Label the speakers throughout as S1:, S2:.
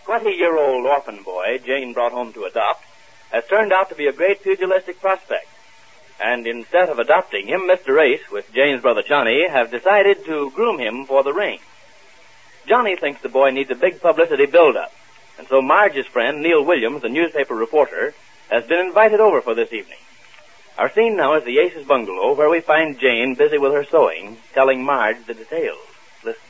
S1: 20-year-old orphan boy Jane brought home to adopt has turned out to be a great pugilistic prospect. And instead of adopting him, Mr. Ace, with Jane's brother Johnny, have decided to groom him for the ring. Johnny thinks the boy needs a big publicity build-up, and so Marge's friend, Neil Williams, the newspaper reporter, has been invited over for this evening. Our scene now is the Ace's bungalow, where we find Jane busy with her sewing, telling Marge the details. Listen.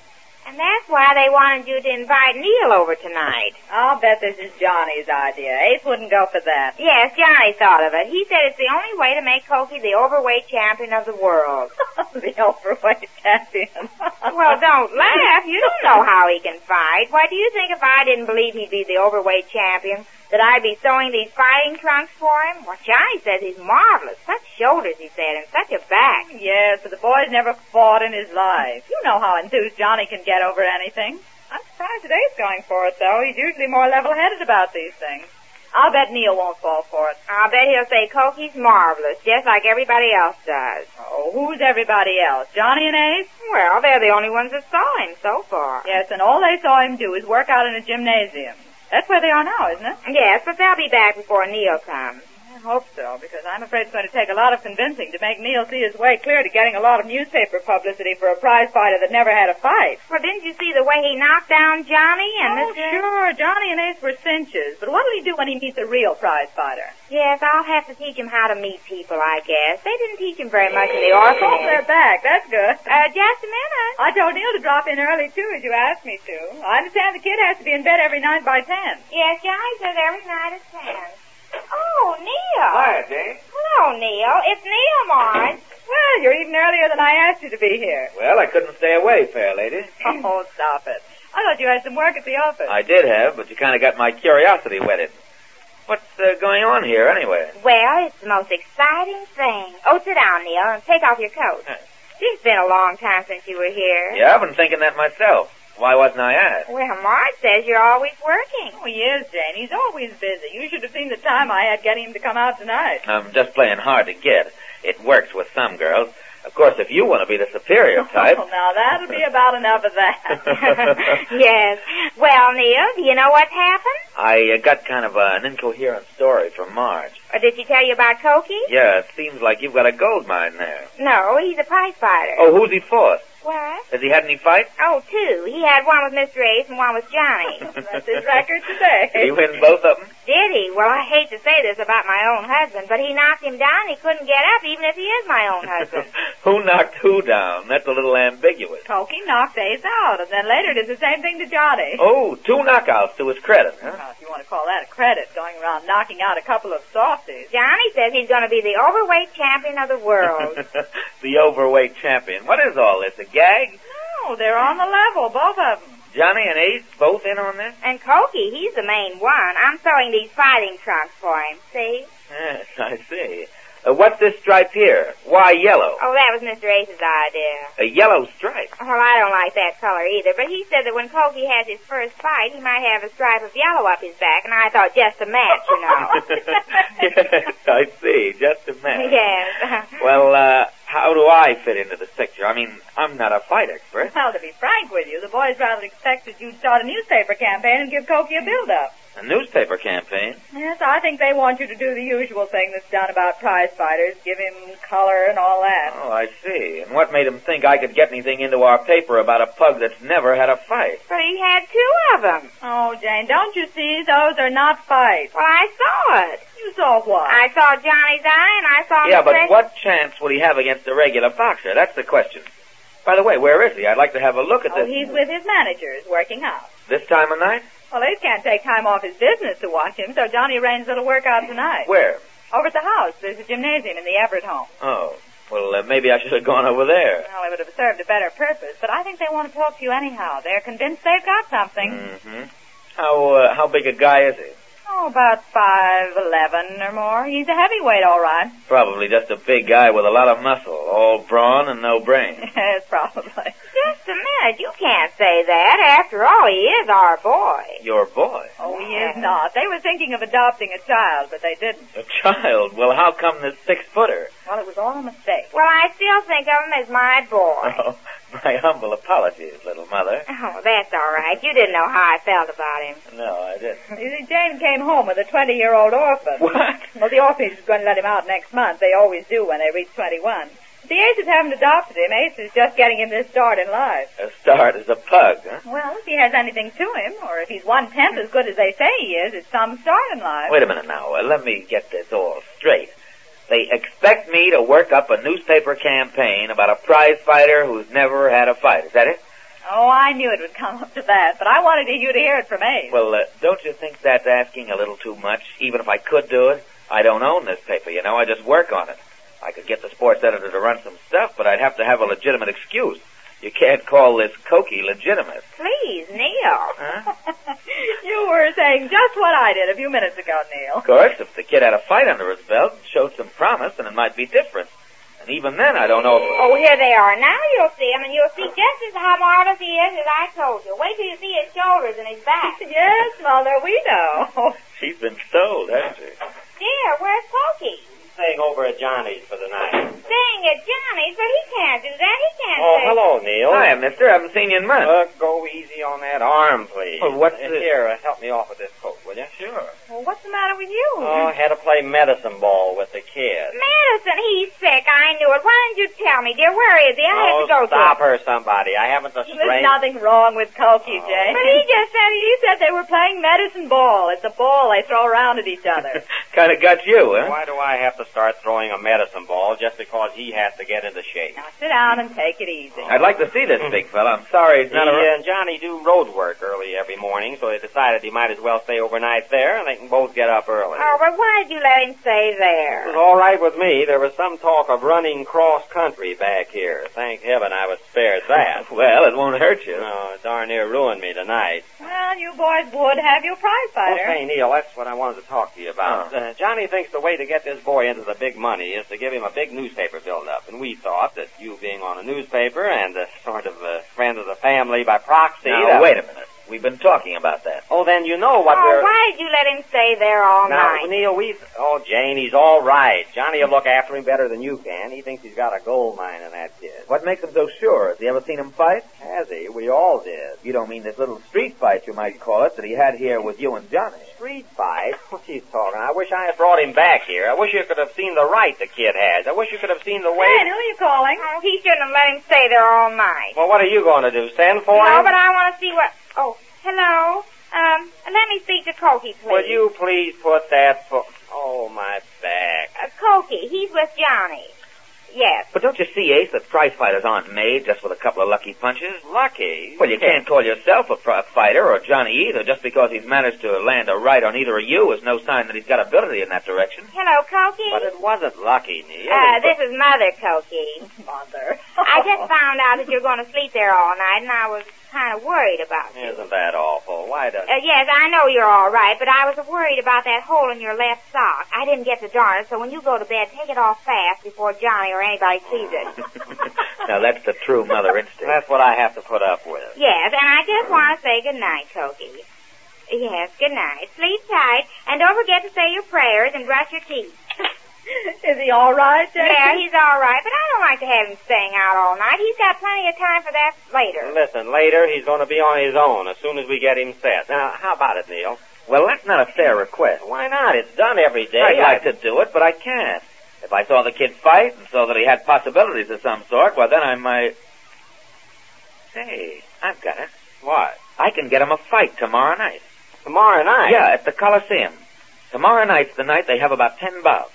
S2: And that's why they wanted you to invite Neil over tonight.
S3: I'll bet this is Johnny's idea. Ace wouldn't go for that.
S2: Yes, Johnny thought of it. He said it's the only way to make Kofi the overweight champion of the world.
S3: the overweight champion.
S2: well, don't laugh. You don't know how he can fight. Why do you think if I didn't believe he'd be the overweight champion, that I'd be sewing these fighting trunks for him? Well, Johnny says he's marvelous. Such shoulders, he said, and such a back.
S3: Yes, but the boy's never fought in his life. You know how enthused Johnny can get over anything. I'm surprised that Ace going for it, though. He's usually more level-headed about these things. I'll bet Neil won't fall for it.
S2: I'll bet he'll say Cokie's marvelous, just like everybody else does.
S3: Oh, who's everybody else? Johnny and Ace?
S2: Well, they're the only ones that saw him so far.
S3: Yes, and all they saw him do is work out in a gymnasium. That's where they are now, isn't it?
S2: Yes, but they'll be back before Neil comes.
S3: I hope so, because I'm afraid it's going to take a lot of convincing to make Neil see his way clear to getting a lot of newspaper publicity for a prize fighter that never had a fight.
S2: Well, didn't you see the way he knocked down Johnny and
S3: oh,
S2: this guy?
S3: sure. Johnny and Ace were cinches, but what'll he do when he meets a real prize fighter?
S2: Yes, I'll have to teach him how to meet people, I guess. They didn't teach him very much in the orphanage.
S3: Oh, they're back. That's good.
S2: Uh, just a minute.
S3: I told Neil to drop in early, too, as you asked me to. I understand the kid has to be in bed every night by 10.
S2: Yes, Johnny says every night at 10. Oh, Neil.
S4: Hi,
S3: eh?
S4: Jane.
S2: Hello, Neil. It's Neil Marge.
S3: Well, you're even earlier than I asked you to be here.
S4: Well, I couldn't stay away, fair lady.
S3: Oh, stop it. I thought you had some work at the office.
S4: I did have, but you kind of got my curiosity whetted. What's uh, going on here, anyway?
S2: Well, it's the most exciting thing. Oh, sit down, Neil, and take off your coat.
S4: Huh.
S2: It's been a long time since you were here.
S4: Yeah, I've been thinking that myself. Why wasn't I asked?
S2: Well, Marge says you're always working.
S3: Oh, he is, Jane. He's always busy. You should have seen the time I had getting him to come out tonight.
S4: I'm just playing hard to get. It works with some girls. Of course, if you want to be the superior type.
S3: Oh, now that'll be about enough of that.
S2: yes. Well, Neil, do you know what's happened?
S4: I uh, got kind of an incoherent story from Marge.
S2: Or did she tell you about Cokie?
S4: Yeah, it seems like you've got a gold mine there.
S2: No, he's a prize fighter.
S4: Oh, who's he for?
S2: What?
S4: Has he had any fights?
S2: Oh, two. He had one with Mr. Ace and one with Johnny.
S3: That's his record today.
S4: Did he win both of them?
S2: Did he? Well, I hate to say this about my own husband, but he knocked him down. He couldn't get up, even if he is my own husband.
S4: who knocked who down? That's a little ambiguous.
S3: Cokie knocked Ace out, and then later did the same thing to Johnny.
S4: Oh, two knockouts to his credit, huh?
S3: Well, if you want to call that a credit, going around knocking out a couple of softies.
S2: Johnny says he's going to be the overweight champion of the world.
S4: the overweight champion. What is all this? A gag?
S3: No, they're on the level, both of them.
S4: Johnny and Ace both in on this?
S2: and Cokie, he's the main one. I'm sewing these fighting trunks for him, see?
S4: Yes, I see. Uh, what's this stripe here? Why yellow?
S2: Oh, that was Mr. Ace's idea.
S4: A yellow stripe.
S2: Well, I don't like that color either, but he said that when Cokie has his first fight, he might have a stripe of yellow up his back, and I thought just a match, you know.
S4: yes, I see. Just a minute.
S2: yes.
S4: Well, uh, how do I fit into this picture? I mean, I'm not a fight expert.
S3: Well, to be frank with you, the boys rather expected you'd start a newspaper campaign and give Cokie a build-up.
S4: A newspaper campaign.
S3: Yes, I think they want you to do the usual thing that's done about prize fighters, give him color and all that.
S4: Oh, I see. And what made him think I could get anything into our paper about a pug that's never had a fight?
S2: but he had two of them.
S3: Oh, Jane, don't you see? Those are not fights.
S2: Well, I saw it.
S3: You saw what?
S2: I saw Johnny's eye, and I saw
S4: Yeah,
S2: Mr.
S4: but
S2: Ace-
S4: what chance will he have against a regular boxer? That's the question. By the way, where is he? I'd like to have a look at
S3: oh,
S4: this.
S3: he's with his managers, working out.
S4: This time of night?
S3: Well, Ace can't take time off his business to watch him, so Johnny arranged a little workout tonight.
S4: Where?
S3: Over at the house, there's a gymnasium in the Everett home.
S4: Oh, well, uh, maybe I should have gone over there.
S3: Well, it would have served a better purpose, but I think they want to talk to you anyhow. They're convinced they've got something.
S4: Mm-hmm. How uh, how big a guy is he?
S3: Oh, about five eleven or more. He's a heavyweight, all right.
S4: Probably just a big guy with a lot of muscle, all brawn and no brain.
S3: Yes, probably.
S2: Just a minute. You can't say that. After all, he is our boy.
S4: Your boy,
S3: Oh, he is not. They were thinking of adopting a child, but they didn't.
S4: a child. Well, how come this six footer?
S3: Well, it was all a mistake.
S2: Well, I still think of him as my boy.
S4: Oh, My humble apologies, little mother.
S2: Oh, that's all right. You didn't know how I felt about him.
S4: No, I didn't.
S3: You see, Jane came home with a 20-year-old orphan.
S4: What?
S3: Well, the orphanage is going to let him out next month. They always do when they reach 21. The Aces haven't adopted him. Ace is just getting him this start in life.
S4: A start as a pug, huh?
S3: Well, if he has anything to him, or if he's one-tenth as good as they say he is, it's some start in life.
S4: Wait a minute now. Uh, let me get this all straight. They expect me to work up a newspaper campaign about a prize fighter who's never had a fight. Is that it?
S3: Oh, I knew it would come up to that, but I wanted you to hear it from Ace.
S4: Well, uh, don't you think that's asking a little too much? Even if I could do it, I don't own this paper, you know. I just work on it. I could get the sports editor to run some stuff, but I'd have to have a legitimate excuse. You can't call this cokey legitimate.
S2: Please, Neil.
S4: Huh?
S3: you were saying just what I did a few minutes ago, Neil.
S4: Of course, if the kid had a fight under his belt and showed some promise, then it might be different. And even then, I don't know if...
S2: Oh, here they are. Now you'll see him, and you'll see just as how marvelous he is as I told you. Wait till you see his shoulders and his back.
S3: Yes, Mother, we know.
S4: She's been sold, hasn't she?
S2: Dear, where's Pokey?
S5: Staying over at Johnny's for the night.
S2: Staying at Johnny's, but he can't do that. He can't
S5: Oh,
S2: say-
S5: hello, Neil.
S4: Hi, mister. I haven't seen you in months.
S5: Uh, go easy on that arm, please.
S4: Oh, what's
S5: Uh,
S4: this?
S5: Here, uh, help me off with this coat, will you? Sure.
S3: Well, what's the matter with you?
S5: Oh, I had to play medicine ball with the kid.
S2: Madison, he's sick. I knew it. Why didn't you tell me, dear? Where is he? I have
S5: oh,
S2: to go
S5: stop
S2: to him.
S5: her, somebody. I haven't the
S3: There's
S5: strength.
S3: nothing wrong with Cokie,
S5: Oh.
S3: Jane.
S2: But he
S3: just said he said they were playing medicine ball. It's a ball they throw around at each other.
S4: kind of got you, huh?
S5: Why do I have to start throwing a medicine ball just because he has to get into shape?
S3: now sit down and take it easy.
S4: I'd like to see this big fella. I'm sorry he's
S5: He
S4: not around.
S5: and Johnny do road work early every morning, so they decided he might as well stay overnight there, and they can both get up early.
S2: Oh, but why did you let him
S5: It
S2: stay
S5: was
S2: there?
S5: all right with me. There was some talk of running cross country back here. Thank heaven I was spared that.
S4: Well, it won't hurt you.
S5: No, it darn near ruined me tonight.
S3: Well, you boys would have your prize
S5: Well,
S3: fighter.
S5: say, Neil, that's what I wanted to talk to you about. Uh, Johnny thinks the way to get this boy into the big money is to give him a big newspaper build-up, and we thought that you being on a newspaper and a sort of a friend of the family by proxy.
S4: now,
S5: that-
S4: wait a minute. We've been talking about that.
S5: Oh, then you know what
S2: oh,
S5: we're...
S2: why did you let him stay there all
S5: Now,
S2: night?
S5: Neil, we... Oh, Jane, he's all right. Johnny will look after him better than you can. He thinks he's got a gold mine in that kid.
S4: What makes him so sure? Has he ever seen him fight?
S5: Has he? We all did.
S4: You don't mean this little street fight, you might call it, that he had here with you and Johnny.
S5: Street fight? What you talking? I wish I had brought him back here. I wish you could have seen the right the kid has. I wish you could have seen the way...
S3: Ed, who are you calling?
S2: Oh, he shouldn't have let him stay there all night.
S5: Well, what are you going to do? Stand for
S2: no,
S5: him?
S2: but I want to see what... Oh, hello. Um, let me speak to Cokie, please.
S5: Will you please put that fo- Oh, my back.
S2: Uh, Cokie, he's with Johnny. Yes.
S4: But don't you see, Ace, that prize fighters aren't made just with a couple of lucky punches?
S5: Lucky.
S4: Well, you can't call yourself a pro- fighter or Johnny either. Just because he's managed to land a right on either of you is no sign that he's got ability in that direction.
S2: Hello, Cokie.
S5: But it wasn't lucky, Neil.
S2: uh, this is Mother Cokie.
S3: Mother.
S2: I just found out that you're going to sleep there all night, and I was kind of worried about you.
S5: Isn't that awful? Why does...
S2: Uh, yes, I know you're all right, but I was worried about that hole in your left sock. I didn't get to darn it, so when you go to bed, take it off fast before Johnny or anybody sees it.
S4: now, that's the true mother instinct.
S5: That's what I have to put up with.
S2: Yes, and I just want to say good night, Cokie. Yes, good night. Sleep tight, and don't forget to say your prayers and brush your teeth.
S3: Is he all right, Jane?
S2: Yeah, he's all right, but I don't like to have him staying out all night. He's got plenty of time for that later.
S5: Listen, later he's going to be on his own as soon as we get him set. Now, how about it, Neil?
S4: Well, that's not a fair request.
S5: Why not? It's done every day.
S4: I'd like
S5: I-
S4: to do it, but I can't. If I saw the kid fight and saw that he had possibilities of some sort, well, then I might. Say, I've got it.
S5: What?
S4: I can get him a fight tomorrow night.
S5: Tomorrow night?
S4: Yeah, at the Coliseum. Tomorrow night's the night they have about ten bouts.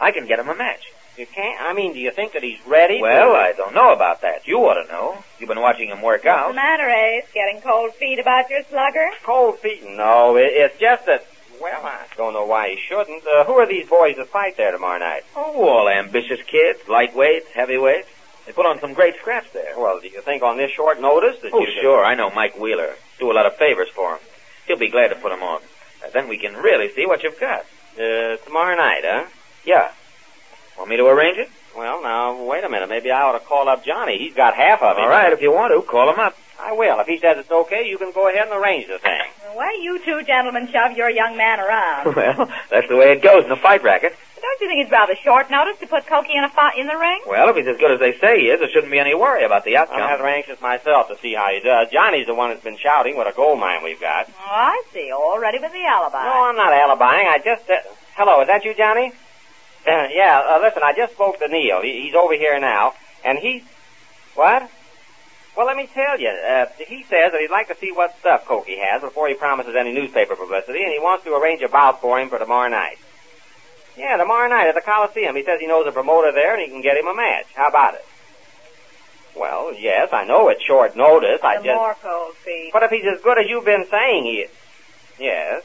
S4: I can get him a match.
S5: You can't? I mean, do you think that he's ready?
S4: Well,
S5: to...
S4: I don't know about that. You ought to know. You've been watching him
S3: What's
S4: work
S3: the
S4: out.
S3: matter, Ace? Getting cold feet about your slugger?
S5: Cold feet? No, it, it's just that... Well, I don't know why he shouldn't. Uh, who are these boys that fight there tomorrow night?
S4: Oh, all ambitious kids, lightweights, heavyweights. They put on some great scraps there.
S5: Well, do you think on this short notice that
S4: Oh,
S5: you... could-
S4: sure. I know Mike Wheeler. Do a lot of favors for him. He'll be glad to put him on. Uh, then we can really see what you've got.
S5: Uh, tomorrow night, huh?
S4: Yeah. Want me to arrange it?
S5: Well, now, wait a minute. Maybe I ought to call up Johnny. He's got half of it.
S4: All right, if you want to, call him up.
S5: I will. If he says it's okay, you can go ahead and arrange the thing.
S3: The way you two gentlemen shove your young man around.
S4: Well, that's the way it goes in the fight racket.
S3: But Don't you think it's rather short notice to put Cokie in a fi- in the ring?
S6: Well, if he's as good as they say he is, there shouldn't be any worry about the outcome.
S4: I'm rather anxious myself to see how he does. Johnny's the one that's been shouting what a gold mine we've got.
S3: Oh, I see. Already with the alibi.
S4: No, I'm not alibiing. I just. Uh, hello, is that you, Johnny? Uh, yeah, uh, listen, I just spoke to Neil. He, he's over here now, and he. What? Well, let me tell you. Uh, he says that he'd like to see what stuff Cokie has before he promises any newspaper publicity, and he wants to arrange a bout for him for tomorrow night. Yeah, tomorrow night at the Coliseum. He says he knows a promoter there, and he can get him a match. How about it? Well, yes, I know it's short notice. I
S3: the
S4: just.
S3: more cold feet.
S4: But if he's as good as you've been saying he is. Yes.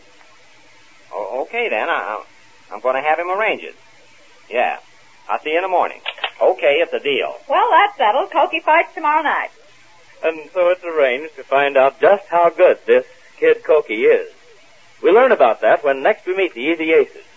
S4: O- okay, then. I- I'm going to have him arrange it. Yeah. I'll see you in the morning. Okay, it's a deal.
S3: Well, that's settled. Cokie fights tomorrow night.
S5: And so it's arranged to find out just how good this Kid Cokie is. We learn about that when next we meet the Easy Aces.